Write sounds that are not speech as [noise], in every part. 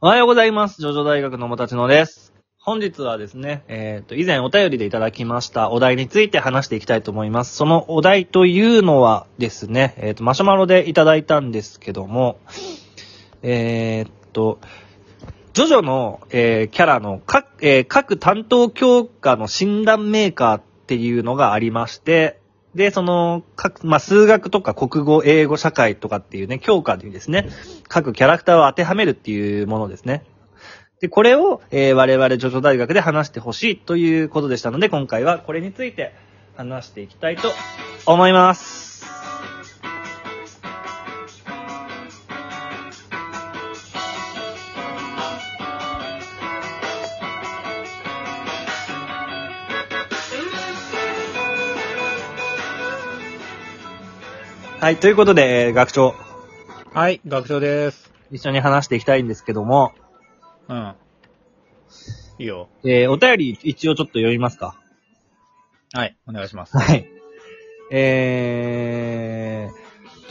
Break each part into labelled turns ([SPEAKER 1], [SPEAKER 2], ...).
[SPEAKER 1] おはようございます。ジョジョ大学のもたちのです。本日はですね、えっ、と、以前お便りでいただきましたお題について話していきたいと思います。そのお題というのはですね、えっ、と、マシュマロでいただいたんですけども、えーっと、ジョジョの、えーキャラの各、えー各担当教科の診断メーカーっていうのがありまして、で、その、各、まあ、数学とか国語、英語、社会とかっていうね、教科でですね、各キャラクターを当てはめるっていうものですね。で、これを、えー我々ジョジョ大学で話してほしいということでしたので、今回はこれについて話していきたいと思います。はい、ということで、えー学長、
[SPEAKER 2] はい、学長です。
[SPEAKER 1] 一緒に話していきたいんですけども、
[SPEAKER 2] うん。いいよ。
[SPEAKER 1] えーお便り一応ちょっと読みますか。
[SPEAKER 2] はい、お願いします。
[SPEAKER 1] はい。え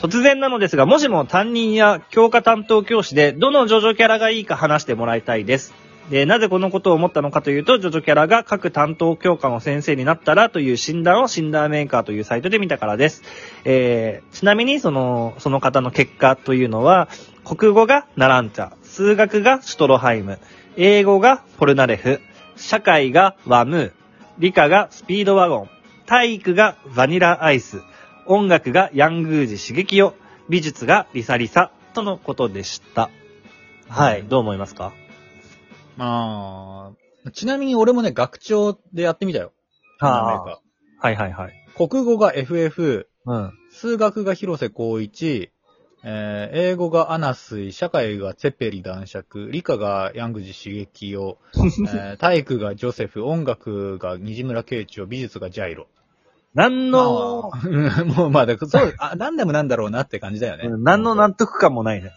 [SPEAKER 1] ー、突然なのですが、もしも担任や教科担当教師で、どのジョジョキャラがいいか話してもらいたいです。で、なぜこのことを思ったのかというと、ジョジョキャラが各担当教科の先生になったらという診断を診断メーカーというサイトで見たからです。えー、ちなみにその、その方の結果というのは、国語がナランチャ、数学がシュトロハイム、英語がポルナレフ、社会がワムー、理科がスピードワゴン、体育がバニラアイス、音楽がヤングージ刺激を、美術がリサリサ、とのことでした。はい、どう思いますか
[SPEAKER 2] まあ、ちなみに俺もね、学長でやってみたよ。
[SPEAKER 1] はあ、はいはいはい。
[SPEAKER 2] あ。国語が FF、
[SPEAKER 1] うん。
[SPEAKER 2] 数学が広瀬光一、えー、英語がアナスイ、社会がツェペリ男爵、理科がヤングジ刺激を、
[SPEAKER 1] [laughs]
[SPEAKER 2] えー、体育がジョセフ、音楽が西村慶長、美術がジャイロ。
[SPEAKER 1] 何の、
[SPEAKER 2] まあ [laughs] うんもうまあ、だからそう、あ、何でもなんだろうなって感じだよね。
[SPEAKER 1] うん何の納得感もないね。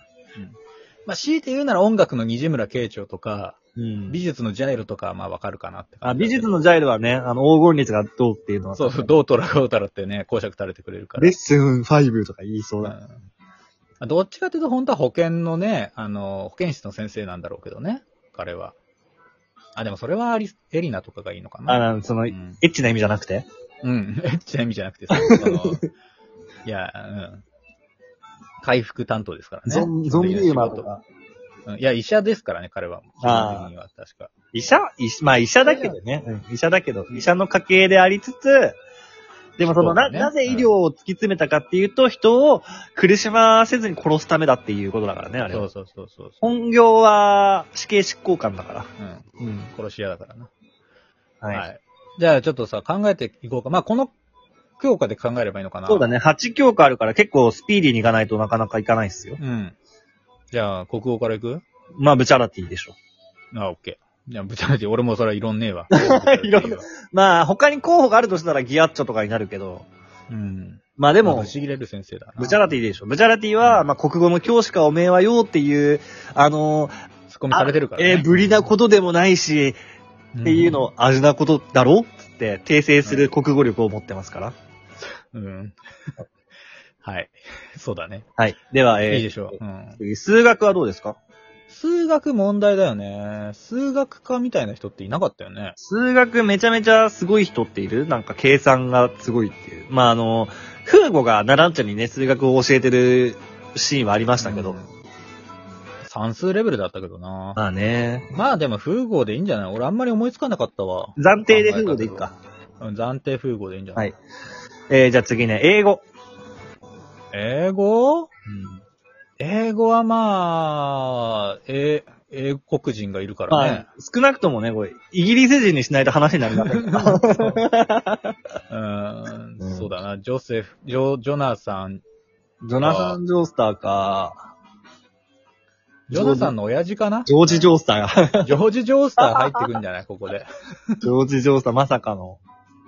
[SPEAKER 2] まあ、強いて言うなら音楽の西村慶長とか、
[SPEAKER 1] うん
[SPEAKER 2] 美。術のジャイロとかはまあわかるかなって
[SPEAKER 1] あ、
[SPEAKER 2] 感じ
[SPEAKER 1] 美術のジャイルはね、あの、黄金率がどうっていうのは。
[SPEAKER 2] そうそう、どうとらこうたらってね、公爵垂れてくれるから。
[SPEAKER 1] レッスン5とか言いそう
[SPEAKER 2] う
[SPEAKER 1] だ。
[SPEAKER 2] んあどっちかというと本当は保健のね、あの、保健室の先生なんだろうけどね、彼は。あ、でもそれはアリスエリナとかがいいのか
[SPEAKER 1] あ
[SPEAKER 2] な。
[SPEAKER 1] なんその、
[SPEAKER 2] う
[SPEAKER 1] エ
[SPEAKER 2] ん。
[SPEAKER 1] ッチな意味じゃなくて
[SPEAKER 2] うん。 [laughs] え、ちなみじゃなくてさ、その [laughs] いや、うん。回復担当ですからね。
[SPEAKER 1] ゾン、ゾンビーマーとか。
[SPEAKER 2] うん。いや、医者ですからね、彼は。
[SPEAKER 1] あー
[SPEAKER 2] 基本的には確か。
[SPEAKER 1] 医者医師まあ医者だけどね。うん医者だけど、医者の家系でありつつ、でもその、
[SPEAKER 2] そうだ
[SPEAKER 1] な、
[SPEAKER 2] ね
[SPEAKER 1] なぜ医療を突き詰めたかっていうと、人を苦しませずに殺すためだっていうことだからね、あれ
[SPEAKER 2] そ
[SPEAKER 1] は
[SPEAKER 2] う。そうそうそう。
[SPEAKER 1] 本業は死刑執行官だから。
[SPEAKER 2] うん。
[SPEAKER 1] うん。
[SPEAKER 2] 殺し屋だからな。
[SPEAKER 1] はい。
[SPEAKER 2] はい。じゃあちょっとさ、考えていこうか。まあ、この教科で考えればいいのかな。
[SPEAKER 1] そうだね、8教科あるから結構スピーディーにいかないとなかなかいかないっすよ。
[SPEAKER 2] うん。じゃあ、国語からいく
[SPEAKER 1] まあ、ブチャラティでしょ。
[SPEAKER 2] あ、オッケー。じゃあ、ぶちゃけて、俺もそれは異論ねえ [laughs] わ。
[SPEAKER 1] 異論まあ、他に候補があるとしたらギアッチョとかになるけど、
[SPEAKER 2] うん。
[SPEAKER 1] まあで
[SPEAKER 2] で
[SPEAKER 1] も
[SPEAKER 2] ぶ、ち切れる先生だな。
[SPEAKER 1] ブチャラティでしょ。ブチャラティ
[SPEAKER 2] う
[SPEAKER 1] は、
[SPEAKER 2] ん
[SPEAKER 1] まあ、国語の教師かおめえはよっていう、あのー、
[SPEAKER 2] ツッコミされてるから、ね。
[SPEAKER 1] えー、ぶりなことでもないし、
[SPEAKER 2] と
[SPEAKER 1] っていうの。を、あれなことだろつって、訂正する国語力を持ってますから。
[SPEAKER 2] うん。 [laughs] はい。そうだね。
[SPEAKER 1] はい。では、えー
[SPEAKER 2] いいでしょう。うん。
[SPEAKER 1] 数学はどうですか
[SPEAKER 2] 数学問題だよね。数学科みたいな人っていなかったよね。
[SPEAKER 1] 数学めちゃめちゃすごい人っているなんか計算がすごいっていう。まあ、あの、フーゴがナランチャにね、数学を教えてるシーンはありましたけど。
[SPEAKER 2] うん算数レベルだったけどな。
[SPEAKER 1] まあね。
[SPEAKER 2] まあでも、風合でいいんじゃない俺あんまり思いつかなかったわ。
[SPEAKER 1] 暫定でフーゴでいいか。
[SPEAKER 2] うん暫定風合でいいんじゃない、
[SPEAKER 1] はいえー、じゃあ次ね、英語。
[SPEAKER 2] 英語英語はまあ、え、英国人がいるから
[SPEAKER 1] ま
[SPEAKER 2] ね
[SPEAKER 1] あ。、少なくともね、これ、イギリス人にしないと話になりませんから
[SPEAKER 2] うん、
[SPEAKER 1] うん
[SPEAKER 2] そうだな。ジョセフ、ジョ、ジョナサン、
[SPEAKER 1] ジョナサン・ジョースターか。
[SPEAKER 2] ジョナサンの親父かな
[SPEAKER 1] ジョージ・ジョースターが。 [laughs]
[SPEAKER 2] ジョージ・ジョースター入ってくんじゃないここで。
[SPEAKER 1] ジョージ・ジョースター、まさかの。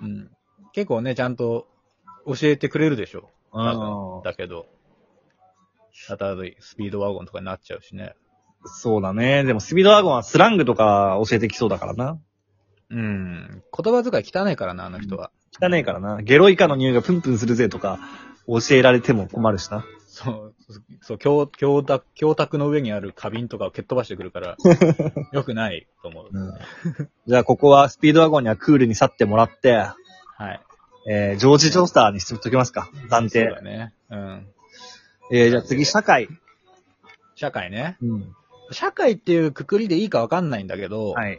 [SPEAKER 2] うん。結構ね、ちゃんと教えてくれるでしょ。
[SPEAKER 1] うん。
[SPEAKER 2] だけど。ただ、スピードワゴンとかになっちゃうしね。
[SPEAKER 1] そうだね。でも、スピードワゴンはスラングとか教えてきそうだからな。
[SPEAKER 2] うん。言葉遣い汚いからな、あの人は。
[SPEAKER 1] 汚ねえからな。ゲロ以下の匂いがプンプンするぜとか、教えられても困るしな。
[SPEAKER 2] そう、そう、教、教託、教託の上にある花瓶とかを蹴っ飛ばしてくる
[SPEAKER 1] [laughs]
[SPEAKER 2] から、良くないと思う。
[SPEAKER 1] うん、じゃあ、ここはスピードワゴンにはクールに去ってもらって、
[SPEAKER 2] はい。
[SPEAKER 1] えー、ジョージ・ジョースターにしときますか。暫
[SPEAKER 2] そう
[SPEAKER 1] 定
[SPEAKER 2] だ。ね。うん。
[SPEAKER 1] えー、じゃあ次、社会。
[SPEAKER 2] 社会ね。
[SPEAKER 1] うん。
[SPEAKER 2] 社会っていうくくりでいいかわかんないんだけど、
[SPEAKER 1] はい。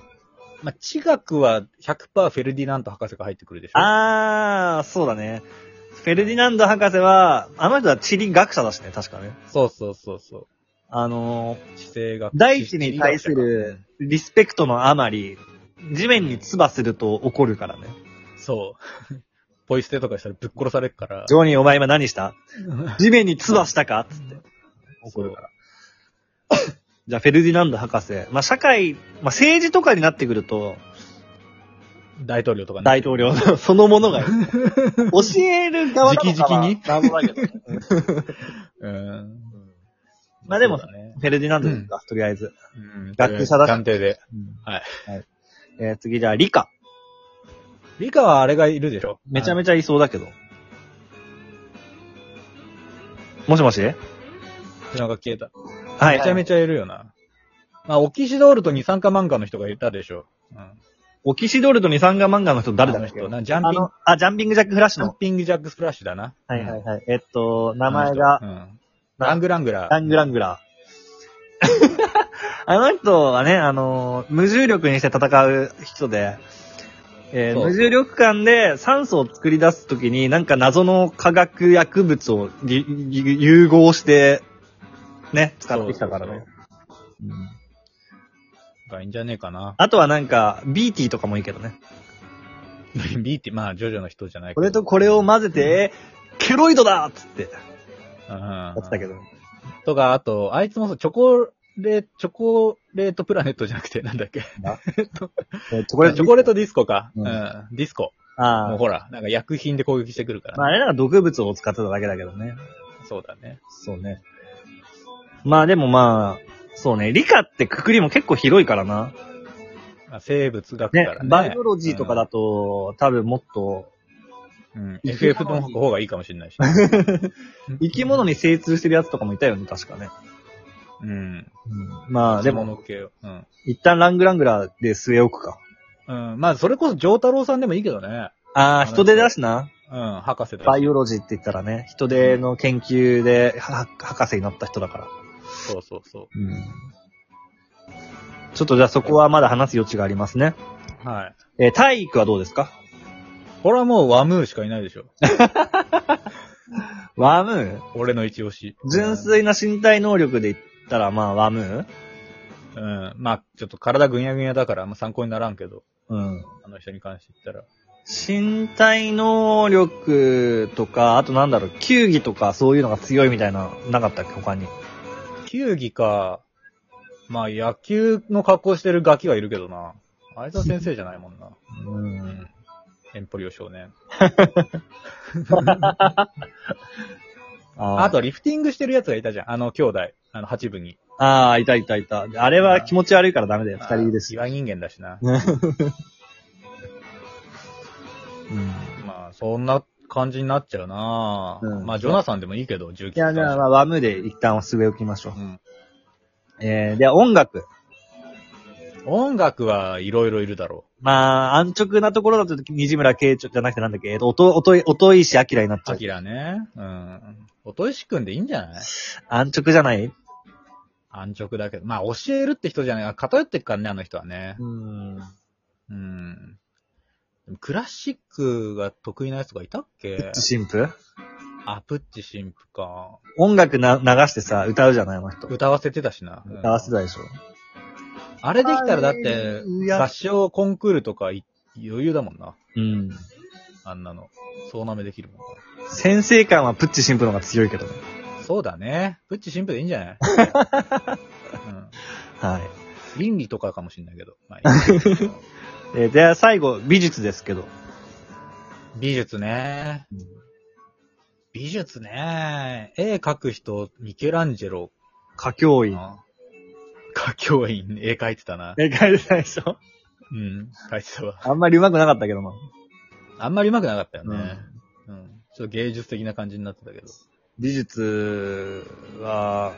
[SPEAKER 2] まあ、地学は100%フェルディナント博士が入ってくるでしょ。
[SPEAKER 1] あー、そうだね。フェルディナンド博士は、あの人は地理学者だしね、確かね。
[SPEAKER 2] そうそうそうそう。
[SPEAKER 1] あのー、
[SPEAKER 2] 地政学。
[SPEAKER 1] 大地に対するリスペクトのあまり、地面に唾すると怒るからね。
[SPEAKER 2] そう。 [laughs] ポイ捨てとかしたらぶっ殺されるから。
[SPEAKER 1] ジョニーお前今何
[SPEAKER 2] [laughs]
[SPEAKER 1] した地面に唾したかつって。怒るから。じゃあ、フェルディナンド博士。まあ、社会、まあ、政治とかになってくると、
[SPEAKER 2] 大統領とかね。
[SPEAKER 1] 大統領のそのも
[SPEAKER 2] [laughs]
[SPEAKER 1] のが、教える側なのかな
[SPEAKER 2] 直々に
[SPEAKER 1] 謎
[SPEAKER 2] [laughs]
[SPEAKER 1] だけどね。
[SPEAKER 2] うん。
[SPEAKER 1] まあでも
[SPEAKER 2] そうだね。
[SPEAKER 1] フェルディナンドですか、とりあえず。
[SPEAKER 2] うん。
[SPEAKER 1] 学者だし
[SPEAKER 2] 暫定で。はい。
[SPEAKER 1] えー次、じゃあ、理科。
[SPEAKER 2] 理科はあれがいるでしょ。
[SPEAKER 1] めちゃ
[SPEAKER 2] ち
[SPEAKER 1] めちゃいそうだけど。もしもしはい
[SPEAKER 2] ゃ。なんか消えた。。めちゃ
[SPEAKER 1] はい
[SPEAKER 2] めちゃいるよな。まあ、オキシドールと二酸化マンガの人がいたでしょ。うん。
[SPEAKER 1] オキシドールと二酸化漫画の人誰だ
[SPEAKER 2] あの
[SPEAKER 1] っけ
[SPEAKER 2] 人なジャン
[SPEAKER 1] あ
[SPEAKER 2] ピング
[SPEAKER 1] の、あ、ジャンピングジャックフラッシ
[SPEAKER 2] ジ
[SPEAKER 1] ュ
[SPEAKER 2] ャン
[SPEAKER 1] の。
[SPEAKER 2] ピングジャックスプラッシュだな。
[SPEAKER 1] はいはい
[SPEAKER 2] うん。
[SPEAKER 1] はい。えっと、名前が
[SPEAKER 2] う、ん。ラングラングラー。
[SPEAKER 1] ラングラングラー。 [laughs] あの人はね、あのー無重力にして戦う人で、えー
[SPEAKER 2] そう
[SPEAKER 1] 無重力感で酸素を作り出すときに、なんか謎の化学薬物をぎぎ融合して、ね、使ってきたからね。うん
[SPEAKER 2] がいいんじゃねえかな。 [laughs]
[SPEAKER 1] あとはなんか、ビーティーとかもいいけどね。
[SPEAKER 2] B って、まあ、ジョジョの人じゃない
[SPEAKER 1] これとこれを混ぜて、ケロイドだっつって、
[SPEAKER 2] うん。や
[SPEAKER 1] やってたけど。
[SPEAKER 2] とか、あと、あいつもそう、チョコレ、チョコレートプラネットじゃなくて、なんだっけ。
[SPEAKER 1] えーチョ
[SPEAKER 2] こ
[SPEAKER 1] コレー
[SPEAKER 2] れ、[laughs] チ
[SPEAKER 1] ト
[SPEAKER 2] ョ。コレートディスコか。
[SPEAKER 1] う
[SPEAKER 2] うんん。ディスコ。
[SPEAKER 1] あ
[SPEAKER 2] もう
[SPEAKER 1] あ。
[SPEAKER 2] ほら、なんか薬品で攻撃してくるから
[SPEAKER 1] まあ、あれ
[SPEAKER 2] ね。
[SPEAKER 1] なんか毒物を使ってただけだけどね。
[SPEAKER 2] そうだね。
[SPEAKER 1] そうね。まあでもまあ、そうね、理科ってくくりも結構広いからな。
[SPEAKER 2] まあ、生物学
[SPEAKER 1] ね
[SPEAKER 2] からね。
[SPEAKER 1] バイオロジーとかだと、多分もっと、
[SPEAKER 2] うん。
[SPEAKER 1] 生き
[SPEAKER 2] FF
[SPEAKER 1] 物
[SPEAKER 2] の方がいいかもし
[SPEAKER 1] [laughs]
[SPEAKER 2] れないし。
[SPEAKER 1] 生き物に精通してるやつとかもいたよね、確かね。
[SPEAKER 2] うん。
[SPEAKER 1] まあで
[SPEAKER 2] 生き
[SPEAKER 1] も、
[SPEAKER 2] 物系を。うん。
[SPEAKER 1] 一旦ラングラングラーで据え置くか。
[SPEAKER 2] うん。まあ、それこそ、上太郎さんでもいいけどね。
[SPEAKER 1] ああ、人手だしな。
[SPEAKER 2] うん、博士だし。
[SPEAKER 1] バイオロジーって言ったらね、人手の研究で、は博士になった人だから。
[SPEAKER 2] そうそうそ
[SPEAKER 1] ちょっとじゃあそこはまだ話す余地がありますね。
[SPEAKER 2] う。はい。
[SPEAKER 1] えー体育はどうですか
[SPEAKER 2] これはもうワムーしかいないでしょ。
[SPEAKER 1] ワムー
[SPEAKER 2] 俺の一押し。
[SPEAKER 1] 純粋な身体能力で言ったら、まあ、ワムー
[SPEAKER 2] うん。まあ、ちょっと体ぐにゃぐにゃだから、まあ参考にならんけど、
[SPEAKER 1] うん。
[SPEAKER 2] あの人に関して言ったら。
[SPEAKER 1] 身体能力とか、あとなんだろう、球技とかそういうのが強いみたいな、なかったっけ他に。
[SPEAKER 2] 球技か、まあ野球の格好してるガキはいるけどな。あいつは先生じゃないもんな。
[SPEAKER 1] う。
[SPEAKER 2] うんん。エンポリオ少年。
[SPEAKER 1] あ
[SPEAKER 2] あ
[SPEAKER 1] と、
[SPEAKER 2] と、リフティングしてるやつがいたじゃん。あの兄弟。あの、八部に。
[SPEAKER 1] ああ、いたいたいた。あれは気持ち悪いからダメだよ、二人です。
[SPEAKER 2] 岩人間だしな。
[SPEAKER 1] うん。
[SPEAKER 2] まあ、そんな感じになっちゃうな、
[SPEAKER 1] うん
[SPEAKER 2] まあ、ジョナサンでもいいけど、19
[SPEAKER 1] いや、じゃあ、まあ、ワムーで一旦据え置きましょう
[SPEAKER 2] う。ん。
[SPEAKER 1] えー、では音楽。
[SPEAKER 2] 音楽はいろいろいるだろ
[SPEAKER 1] まあ、安直なところだと、西村慶長じゃなくてなんだっけ、えっと、おと、おとい、おといしあきらになっち
[SPEAKER 2] う。
[SPEAKER 1] ゃ
[SPEAKER 2] ア
[SPEAKER 1] う。
[SPEAKER 2] キラね。うん。おといしくんでいいんじゃない
[SPEAKER 1] 安直じゃない
[SPEAKER 2] 安直だけど。まあ、教えるって人じゃない。偏ってっからね、あの人はね。
[SPEAKER 1] うん。
[SPEAKER 2] うん。でもクラシックが得意なやつがいたっ
[SPEAKER 1] [laughs]
[SPEAKER 2] け
[SPEAKER 1] 神父
[SPEAKER 2] あ、プッチ神父か。
[SPEAKER 1] 音楽な流してさ、歌うじゃないあの人。
[SPEAKER 2] 歌わせてたしな。うん
[SPEAKER 1] 歌わせたでしょ。
[SPEAKER 2] あれできたらだって、
[SPEAKER 1] いや
[SPEAKER 2] 合唱コンクールとかい余裕だもんな。
[SPEAKER 1] うん。
[SPEAKER 2] あんなの。そうなめできるもんな。
[SPEAKER 1] 先生感はプッチ神父の方が強いけどね。
[SPEAKER 2] そうだね。プッチ神父でいいんじゃない、うん、
[SPEAKER 1] はい。
[SPEAKER 2] 倫理とかかもしれないけど。まあいい
[SPEAKER 1] えー、では最後、美術ですけど。
[SPEAKER 2] 美術ね。美術ね。絵描く人、ミケランジェロ
[SPEAKER 1] 歌教
[SPEAKER 2] か
[SPEAKER 1] 員。
[SPEAKER 2] な。歌教員、絵描いてたな。
[SPEAKER 1] え、書いてないでしょ
[SPEAKER 2] うん、描いてたわ。
[SPEAKER 1] あんまり上手くなかったけどな。
[SPEAKER 2] あんまり上手くなかったよね。うん。ちょっと芸術的な感じになってたけど。
[SPEAKER 1] 美術は、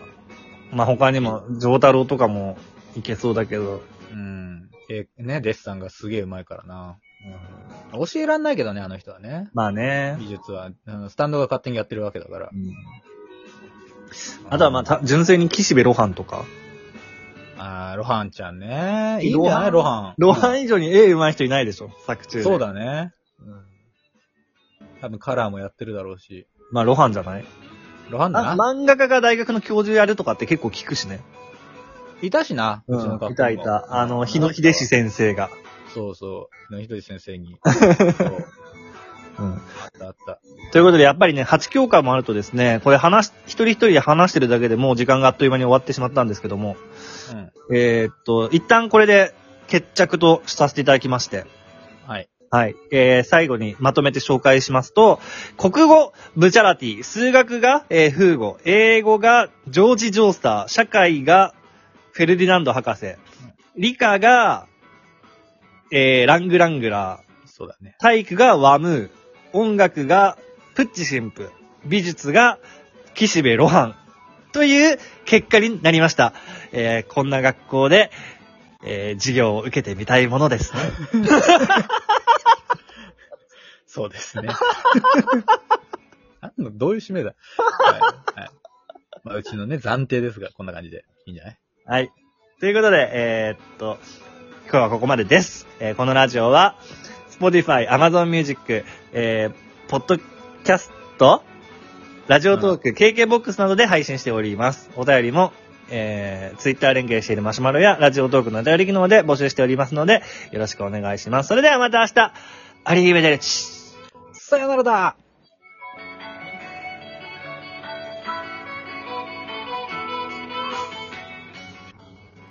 [SPEAKER 1] まあ、他にも、上太郎とかもいけそうだけど、
[SPEAKER 2] うん。え、ね、デッサンがすげえうまいからな。教えらんないけどね、あの人はね。
[SPEAKER 1] まあね。
[SPEAKER 2] 技術は、あのスタンドが勝手にやってるわけだから。
[SPEAKER 1] あとはまあ、た純粋に岸辺露伴とか。
[SPEAKER 2] あーロハンちゃんね。いいんじゃないロハン。
[SPEAKER 1] 露伴以上に絵上手い人いないでしょ作中で。
[SPEAKER 2] そう。だね。
[SPEAKER 1] ん、
[SPEAKER 2] 多分カラーもやってるだろうし。
[SPEAKER 1] まあ、露伴じゃない
[SPEAKER 2] ロハンだ
[SPEAKER 1] あ
[SPEAKER 2] な。
[SPEAKER 1] 漫画家が大学の教授やるとかって結構聞くしね。
[SPEAKER 2] いたしな。うちの学校
[SPEAKER 1] いたいた。あの、日野秀志先生が。
[SPEAKER 2] そうそう。ひとり先生 [laughs] に。そう
[SPEAKER 1] うん。
[SPEAKER 2] あったあった。
[SPEAKER 1] ということで、やっぱりね、8教科もあるとですね、これ話し、一人一人で話してるだけでもう時間があっという間に終わってしまったんですけども、
[SPEAKER 2] うん。
[SPEAKER 1] えーっと、一旦これで決着とさせていただきまして、
[SPEAKER 2] はい。
[SPEAKER 1] はい。えー、最後にまとめて紹介しますと、国語、ブチャラティ、数学が、えー、フーゴ、英語が、ジョージ・ジョースター、社会が、フェルディナンド博士、理科が、えー、ラングラングラー、
[SPEAKER 2] そうだね。
[SPEAKER 1] 体育がワムー、音楽がプッチ神父、美術が岸辺露伴という結果になりました。えーこんな学校で、えー授業を受けてみたいものですね。
[SPEAKER 2] そうです [laughs] ね。なんの、どういう締めだ。はい。はい。まあ、うちのね、暫定ですが、こんな感じで。いいんじゃない
[SPEAKER 1] はい。ということで、えーっと、今日はここまでです。えーこのラジオは、Spotify、Amazon Music、えー、ポッドキャスト、ラジオトーク、KKBOX などで配信しております。お便りも、えー、Twitter 連携しているマシュマロや、ラジオトークのお便り機能で募集しておりますので、よろしくお願いします。それではまた明日、アリーベデルチ
[SPEAKER 2] さよならだ